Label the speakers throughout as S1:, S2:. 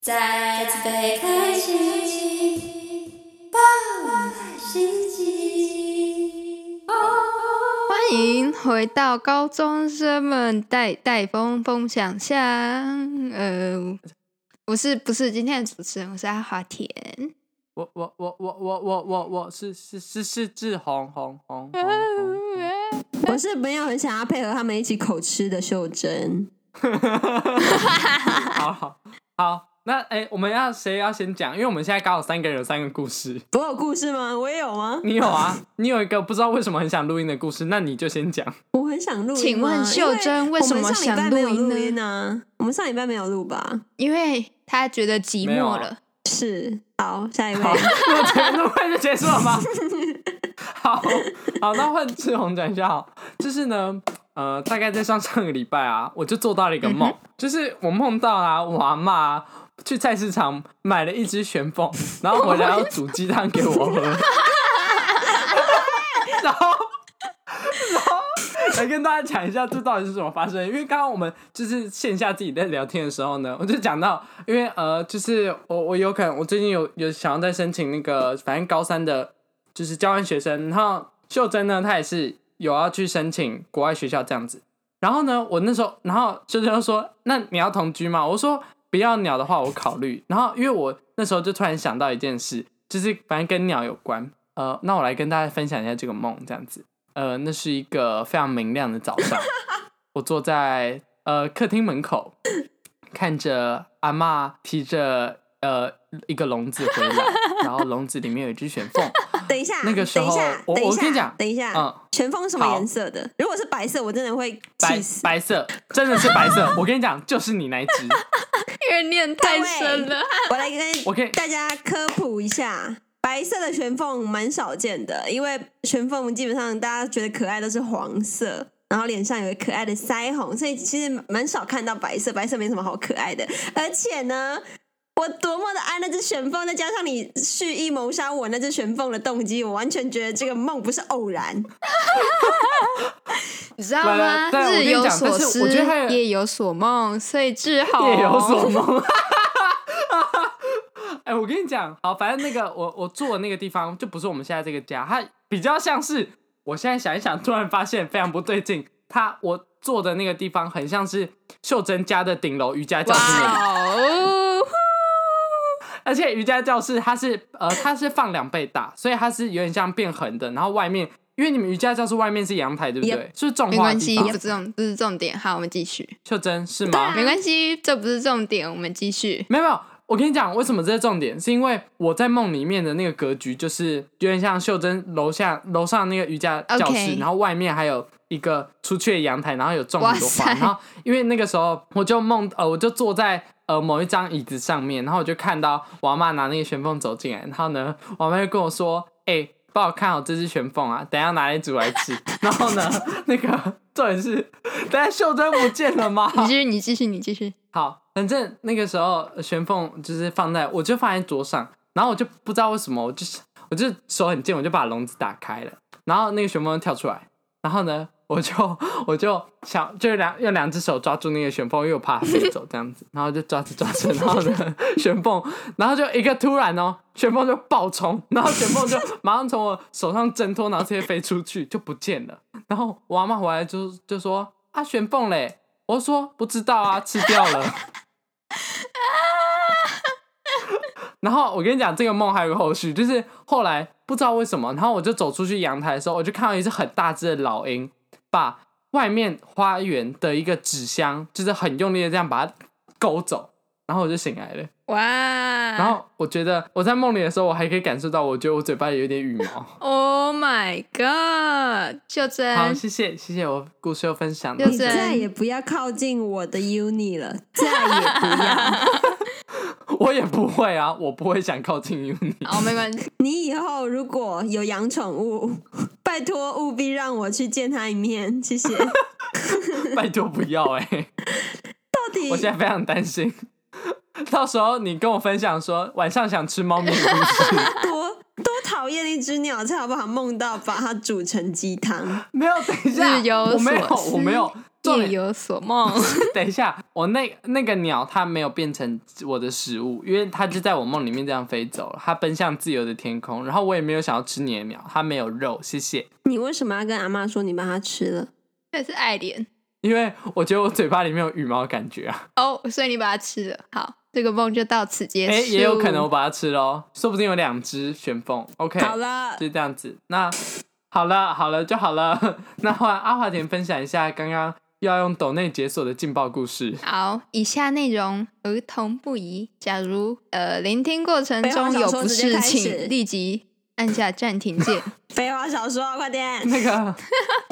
S1: 再次被开启，爆满心机。
S2: 欢迎回到高中生们带带风风想象。呃，我是不是今天的主持人？我是阿华田。
S3: 我我我我我我我我是是是是志宏宏宏宏宏，
S4: 我是没有很想要配合他们一起口吃的秀珍。
S3: 好好好，那哎、我们要谁要先讲？因为我们现在刚好三个人有三个故事，
S4: 我有故事吗？我也有吗？
S3: 你有啊？你有一个不知道为什么很想录音的故事，那你就先讲。
S4: 我很想录音吗。啊
S2: 请问秀珍为什么想录
S4: 录
S2: 音呢
S4: 音录音啊？我们上礼拜没有录吧？
S2: 因为他觉得寂
S3: 没有
S2: 寞
S3: 啊
S2: 了。
S4: 是。好，下一位
S3: 好，。那全都会就结束了 吗？好好，那换志宏讲一下好，就是呢，呃，大概在上上个礼拜啊，我就做到了一个
S4: 嗯
S3: 梦，就是我梦到啊，我阿妈、啊、去菜市场买了一只旋风，然后回来要煮鸡汤给我喝， 然后。来跟大家讲一下这到底是怎么发生的，因为刚刚我们就是线下自己在聊天的时候呢，我就讲到，因为呃，就是我我有可能我最近有有想要再申请那个，反正高三的，就是交换学生，然后秀珍呢，她也是有要去申请国外学校这样子，然后呢，我那时候，然后秀珍就说，那你要同居吗？我说不要鸟的话，我考虑。然后因为我那时候就突然想到一件事，就是反正跟鸟有关，呃，那我来跟大家分享一下这个梦，这样子。呃，那是一个非常明亮的早上，我坐在呃客厅门口，看着阿嬷提着呃一个笼子回来，然后笼子里面有一只玄凤，
S4: 等一下，
S3: 那个时候
S4: 等一下，
S3: 我
S4: 等一
S3: 我
S4: 下，
S3: 跟你讲
S4: 等一下，
S3: 嗯
S4: 全封什么
S3: 好
S4: 颜色的？如果是白色，我真的会
S3: 白
S4: 气死。
S3: 白色，真的是白色。我跟你讲，就是你那一只。
S2: 怨念太深了。
S4: 我来跟
S3: 我可以
S4: 大家科普一下，白色的玄凤蛮少见的，因为玄凤基本上大家觉得可爱都是黄色，然后脸上有可爱的腮红，所以其实蛮少看到白色，白色没什么好可爱的。而且呢， 我多么的爱那只玄凤，再加上你蓄意谋杀我那只玄凤的动机，我完全觉得这个梦不是偶然。
S2: 你知道
S3: 来
S2: 吗
S3: 来？对我跟
S2: 日
S3: 你
S2: 有
S3: 讲
S2: 所
S3: 但是
S2: 思
S3: 我觉得还有，
S2: 夜有所梦，所以志豪
S3: 夜有所梦。哎、我跟你讲，好，反正那个我我住的那个地方就不是我们现在这个家，它比较像是我现在想一想，突然发现非常不对劲。它我坐的那个地方很像是秀珍家的顶楼瑜伽教
S2: 哇
S3: 室那里，
S2: 哦！
S3: 而且瑜伽教室它是呃它是放两倍大，所以它是有点像变横的，然后外面因为你们瑜伽教室外面是阳台，对不对
S4: Yep
S3: 是种
S2: 没
S3: 花
S2: 关
S3: 的
S2: 系，啊
S3: 地
S2: 不。
S3: 方
S2: 是重，不是重点。好，我们继续。
S3: 秀珍是吗？
S2: 没关系，这不是重点，我们继续。
S3: 没有没有，我跟你讲，为什么这是重点？是因为我在梦里面的那个格局，就是有点像秀珍楼下楼上那个瑜伽教室
S2: OK
S3: 然后外面还有一个出去的阳台，然后有种很多
S2: 哇塞
S3: 花。然后因为那个时候我就梦呃，我就坐在呃某一张椅子上面，然后我就看到我妈拿那个旋风走进来，然后呢，我妈就跟我说：“哎、帮我看好这只旋风啊，等一下拿来煮来吃。”然后呢， 那个重点是， 等一下秀珍不见了吗？
S2: 你继续，你继续，你继续。
S3: 好，反正那个时候呃玄凤就是放在，我就放在桌上，然后我就不知道为什么，我就是我就手很贱，我就把笼子打开了，然后那个旋风就跳出来，然后呢，我就 我就想就两用两只手抓住那个旋风，因为我怕它飞走这样子，然后就抓着抓着，然后呢，旋风，然后就一个突然哦，旋风就暴冲，然后旋风就马上从我手上挣脱，然后直接飞出去就不见了，然后我阿妈回来就 就说啊旋风嘞。我说不知道啊，吃掉 了。然后我跟你讲，这个梦还有个后续，就是后来不知道为什么，然后我就走出去阳台的时候，我就看到一只很大只的老鹰，把外面花园的一个纸箱，就是很用力的这样把它勾走，然后我就醒来了。
S2: 哇！
S3: 然
S2: 然
S3: 后我觉得我在梦里的时候，我还可以感受到，我觉得我嘴巴里有点羽毛。
S2: ，Oh my God，秀
S3: 好，
S2: 珍，
S3: 谢谢谢谢我故事又分享
S2: 嗯
S3: 了
S2: 就
S4: 你
S2: 是
S4: 再也不要靠近我的 uni 了，再也不要。
S3: 我也不会啊，我不会想靠 近 uni。
S2: 哦，没关系，
S4: 你以后如果有养宠物，拜托务必让我去见它一面，谢谢。到
S3: 拜托不要哎、
S4: 底
S3: 我现在非常担心， 到时候你跟我分享说晚上想吃猫咪的故事，
S4: 多多讨厌一只鸟，才好不好梦到把它煮成鸡汤？
S3: 没有，等一下，
S2: 日有
S3: 我没
S2: 所
S3: 有，
S2: 思
S3: 我没有， 重
S2: 夜
S3: 点
S2: 有所梦。
S3: 等一下，我那那个鸟它没有变成我的食物，因为它就在我梦里面这样飞走了，它奔向自由的天空。然后我也没有想要吃你的鸟，它没有肉，谢谢。
S4: 你为什么要跟阿妈说你把它吃了？
S2: 那是爱莲
S3: 因为我觉得我嘴巴里面有羽毛的感觉啊，
S2: 哦所以你把它吃了。好，这个梦就到此结
S3: 哎、
S2: 束。
S3: 也有可能我把它吃喽，说不定有两只旋风。OK，
S4: 好了，
S3: 就这样子。那好了，好了就好了。 那换阿华田分享一下刚刚要用抖内解锁的劲爆故事。
S2: 好，以下内容儿童不宜。假如呃聆听过程
S3: 哎
S4: 废话
S2: 中
S4: 少
S2: 有
S4: 说
S2: 不
S4: 直接
S2: 适，
S4: 开始
S2: 请立即按下暂停键。
S4: 废话少说，啊快点。
S3: 那 个，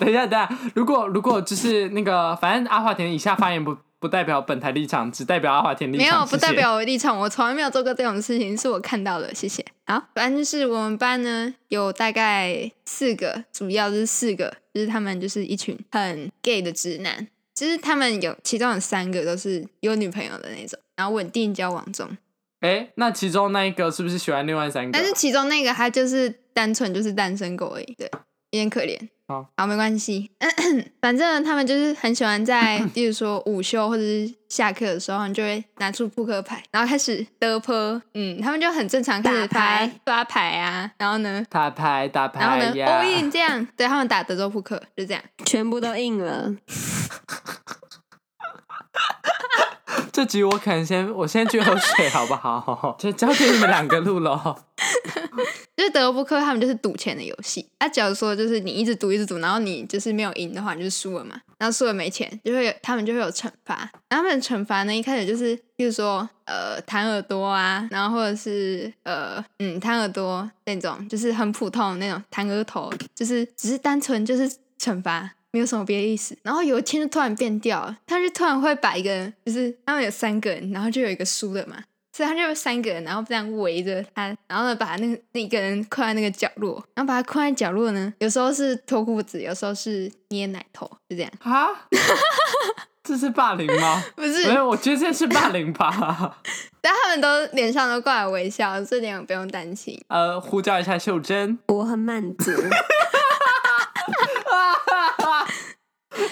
S3: 等一下，等一下，如果如果就是那个，反正阿华田以下发言不不代表本台立场，只代表阿华田立
S2: 没
S3: 场。
S2: 有，
S3: 谢
S2: 不代
S3: 谢。
S2: 表我的立场，我从来没有做过这种事情，是我看到的，谢谢。好，反正就是我们班呢有大概四个，主要就是四个，就是他们就是一群很 gay 的直男，就是他们有其中有三个都是有女朋友的那种，然后稳定交往中，
S3: 哎、那其中那一个是不是喜欢另外三个？
S2: 但是其中那个他就是单纯就是单身狗而已，对，有点可怜。
S3: 好，
S2: 好，没关系。 反正他们就是很喜欢 在，例如说午休或者是下课的时候，你就会拿出扑克牌，然后开始得泼。嗯，他们就很正常开始
S4: 打
S2: 发
S4: 牌
S2: 发牌啊，然后呢，
S3: 打牌打
S2: 然后
S3: 牌
S2: 呢
S3: 呀
S2: ，all in 这样，对他们打德州扑克就这样。
S4: 全部都硬了，
S3: 这局我可能先，我先去喝水好 不好？就交给你们两个录喽。
S2: 就是德州扑克，他们就是赌钱的游戏。啊，假如说就是你一直赌一直赌，然后你就是没有赢的话，你就是输了嘛。然后输了没钱，就会有他们就会有惩罚。然后他们的惩罚呢，一开始就是，比如说呃弹耳朵啊，然后或者是呃嗯弹耳朵那种，就是很普通的那种弹额头，就是只是单纯就是惩罚。没有什么别的意思，然后有一天就突然变掉了，他就突然会把一个人，就是他们有三个人，然后就有一个输了嘛，所以他就有三个人，然后这样围着他，然后呢把那个那个人困在那个角落，然后把他困在角落呢，有时候是脱裤子，有时候是捏奶头，就这样。
S3: 啊， 这是霸凌吗？
S2: 不是
S3: 没，有，我觉得这是霸凌吧。
S2: 但他们都脸上都挂着微笑，这点不用担心。
S3: 呃，呼叫一下秀珍。
S4: 我很满足。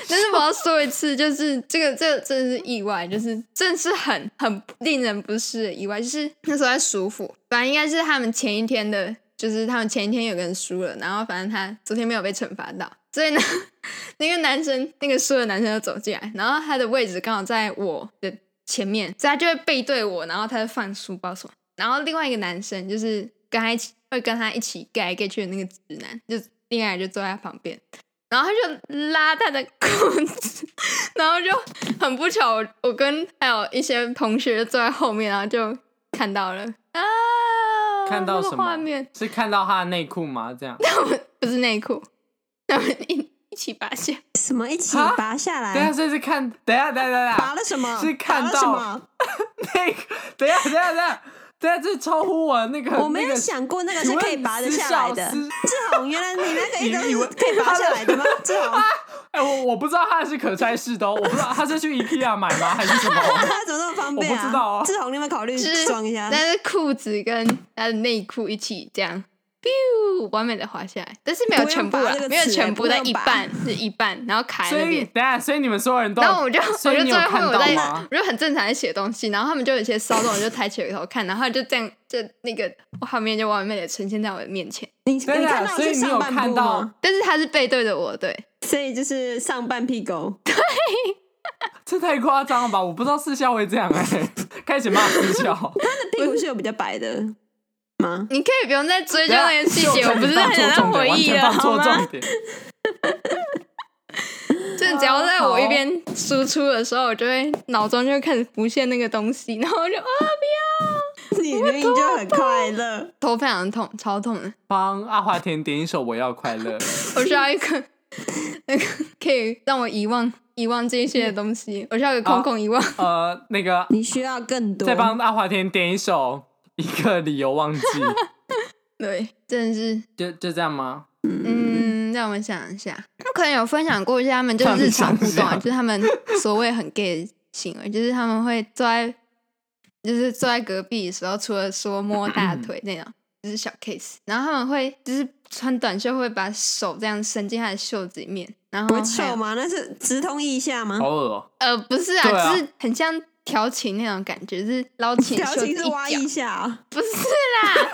S2: 但是我要说一次，就是这个这个真的是意外，就是真的是很很令人不适的意外。就是那时候在舒服，反正应该是他们前一天的，就是他们前一天有个人输了，然后反正他昨天没有被惩罚到，所以呢，那个男生那个输的男生就走进来，然后他的位置刚好在我的前面，所以他就会背对我，然后他就放书包什么。然后另外一个男生就是跟他一起会跟他一起 get 来 get 去的那个直男，就另外一个就坐在他旁边。然后他就拉他的裤子，然后就很不巧，我我跟还有一些同学就坐在后面，然后就看到了啊，
S3: 看到
S2: 那个
S3: 什么
S2: 画面？
S3: 是看到他的内裤吗？这样。
S2: 不是内裤，他们一一起拔下，
S4: 什么一起
S3: 啊
S4: 拔下
S3: 等一下，
S4: 来？
S3: 这是看，等一下，等一下，等一
S4: 拔
S3: 下，
S4: 了什么？
S3: 是看
S4: 拔
S3: 到
S4: 了什么？
S3: 那个， 等一下，等一下，等一下，等一下，这超乎我那个，
S4: 我没有想过那个是可以拔得下来的。
S3: 请问私校
S4: 志宏，原来你那个一
S3: 以
S4: 直
S3: 为
S4: 是可以拔下来 的吗？志宏，
S3: 那个，哎、我我不知道他是可拆式的、哦，我不知道他是去 IKEA 买吗，还是什 么？
S4: 他 怎么那么方便
S3: 我不知道
S4: 啊
S3: 啊？
S4: 志宏，你有没有考虑
S2: 就是
S4: 装一下？
S2: 但是裤子跟 他的内裤一起这样，biu 完美的滑下来，但是没有全部
S4: 不用拔
S2: 啊
S4: 这个，
S2: 没有
S4: 词
S2: 全
S4: 不
S2: 部，
S4: 用
S2: 但一
S4: 拔
S2: 半是一半，然后卡在
S3: 所
S2: 那
S3: 以
S2: 边。
S3: 等一下，所以你们所有人都，
S2: 然后我就 我就
S3: 所以
S2: 坐
S3: 你有
S2: 在后
S3: 看
S2: 面，我
S3: 到
S2: 在
S3: 吗？
S2: 我就很正常在写东西，然后他们就有一些骚动，我就抬起头看，然后就这样，就那个画面就完美的呈现在我的面前。
S4: 你你
S3: 对
S4: 看
S3: 啊
S4: 到
S3: 所以
S4: 是
S3: 你有
S4: 上半
S3: 看
S4: 部
S3: 到
S4: 吗？
S2: 但是他是背对着我，对，
S4: 所以就是上半屁股。
S3: 这太夸张了吧！我不知道私校会这样哎、开始骂 私校。
S4: 屁股是有比较白的吗？
S2: 你可以不用再追究
S3: 等一下
S2: 那个细
S3: 秀
S2: 节，
S3: 珍
S2: 我不是很想
S3: 放错重
S2: 再回
S3: 点
S2: 忆了，
S3: 完全
S2: 好
S3: 放错
S2: 吗
S3: 重？点。
S2: 就是只要在我一边输出的时候，我就会脑中就会开始浮现那个东西，然后我就啊，
S4: 你明明就很快乐，
S2: 头非常痛，超痛的，
S3: 帮阿华田点一首《我要快乐》。
S2: 我需要一个那个可以让我遗忘遗忘这些东西，我需要一个空空遗忘。
S3: 呃，那个
S4: 你需要更多。
S3: 再帮阿华田点一首《一个理由忘记》
S2: 对，真的是
S3: 就就这样吗？
S2: 嗯，让我想一下，他可能有分享过一些他们就是日常互动啊，
S3: 让
S2: 就是他们所谓很 gay 的行为，就是他们会坐在，就是坐在隔壁的时候，除了说摸大腿那种，就是小 case，然后他们会就是穿短袖会把手这样伸进他的袖子里面，然
S4: 不
S2: 后
S4: 会
S2: 还有
S4: 臭吗？那是直通腋下吗
S3: 好？恶哦、
S2: 呃，不是啊，
S3: 对啊
S2: 就是很像调情那种感觉，是 捞起
S4: 表
S2: 袖子一
S4: 情是挖
S2: 角
S4: 腋下啊，
S2: 不是啦，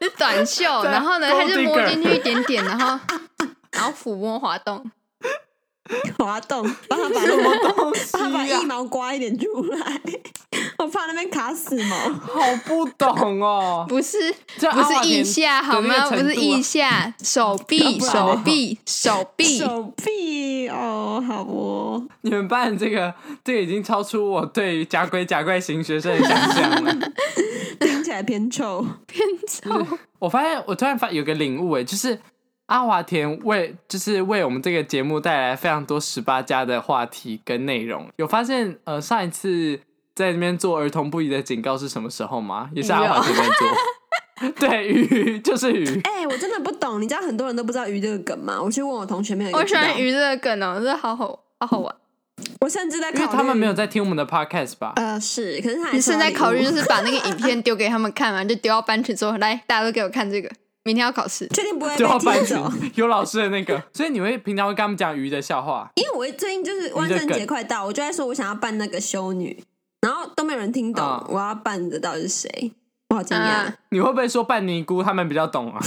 S2: 是短袖，
S3: 对啊
S2: 然后呢，
S3: gold
S2: 他就摸
S3: digger
S2: 进去一点点，然 后然后抚摸滑动，
S4: 滑动，帮他把
S3: 什么东
S4: 帮他
S3: 西啊
S4: 把腋
S3: 呀、
S4: 毛刮一点出来， 我怕那边卡死毛。
S3: 好不懂哦、
S2: 不是
S3: 这
S2: 不
S3: 阿华
S2: 是
S3: 田
S2: 腋下好
S3: 的那
S2: 吗？
S3: 个
S2: 不
S3: 程
S2: 是
S3: 度
S2: 腋
S3: 啊
S2: 下，手
S4: 要
S2: 臂
S4: 不然
S2: 手臂手臂，
S4: 手臂哦，好哦，
S3: 你们班这个这个已经超出我对于假鬼假怪型学生的想象了。
S4: 听起来偏臭。
S3: 我发现我突然发有个领悟哎，就是阿华田为就是为我们这个节目带来非常多十八加的话题跟内容。有发现呃上一次在那边做儿童不宜的警告是什么时候吗？也是阿华田在做。对，鱼就是鱼。
S4: 哎、我真的不懂，你知道很多人都不知道鱼这个梗吗？我去问我同学，没有一个
S2: 我喜欢
S4: 知道，
S2: 娱乐梗哦，这好好好好玩。
S4: 我甚至在
S3: 因
S4: 考
S3: 为
S4: 虑
S3: 他们没有在听我们的 podcast 吧？
S4: 呃是，可是他
S2: 你现在考虑就
S4: 就是
S2: 把那个影片丢给他们看嘛，就丢到班群说，来大家都给我看这个，明天要考试。
S4: 确定不会
S3: 就要
S4: 被
S3: 班
S4: 踢
S3: 群
S4: 走？
S3: 有老师的那个，所以你会平常会跟他们讲鱼的笑话。
S4: 因为我最近就是万圣节快到，我就在说我想要扮那个修女，然后都没有人听懂
S3: 啊
S4: 我要扮的到底是谁，我好惊讶
S2: 啊。
S3: 你会不会说扮尼姑？他们比较懂啊。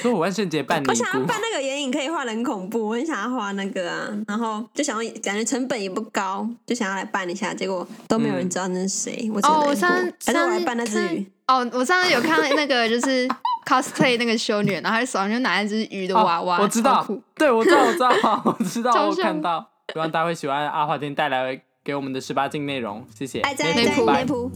S3: 说我万圣节扮尼
S4: 我想要
S3: 姑，
S4: 扮那个眼影可以画得很恐怖，我很想要画那个啊，然后就想要感觉成本也不高，就想要来扮一下，结果都没有人知道那是谁，我真的
S2: 哦，我
S4: 难过
S2: 上
S4: 还是我
S2: 上
S4: 来
S2: 次
S4: 扮那只鱼
S2: 看，哦，我上次有看那个就是 cosplay 那个修女，然后她手上就拿一只鱼的
S3: 哦
S2: 娃娃，
S3: 我知
S2: 超
S3: 道
S2: 酷，
S3: 对，我知道，我知道，我知道，
S2: 超
S3: 我
S2: 像
S3: 看到。希望大家会喜欢阿华田带来给我们的十八禁内容，谢谢。
S4: 爱在
S3: 内
S4: 爱在
S3: 裤
S4: 内，铺。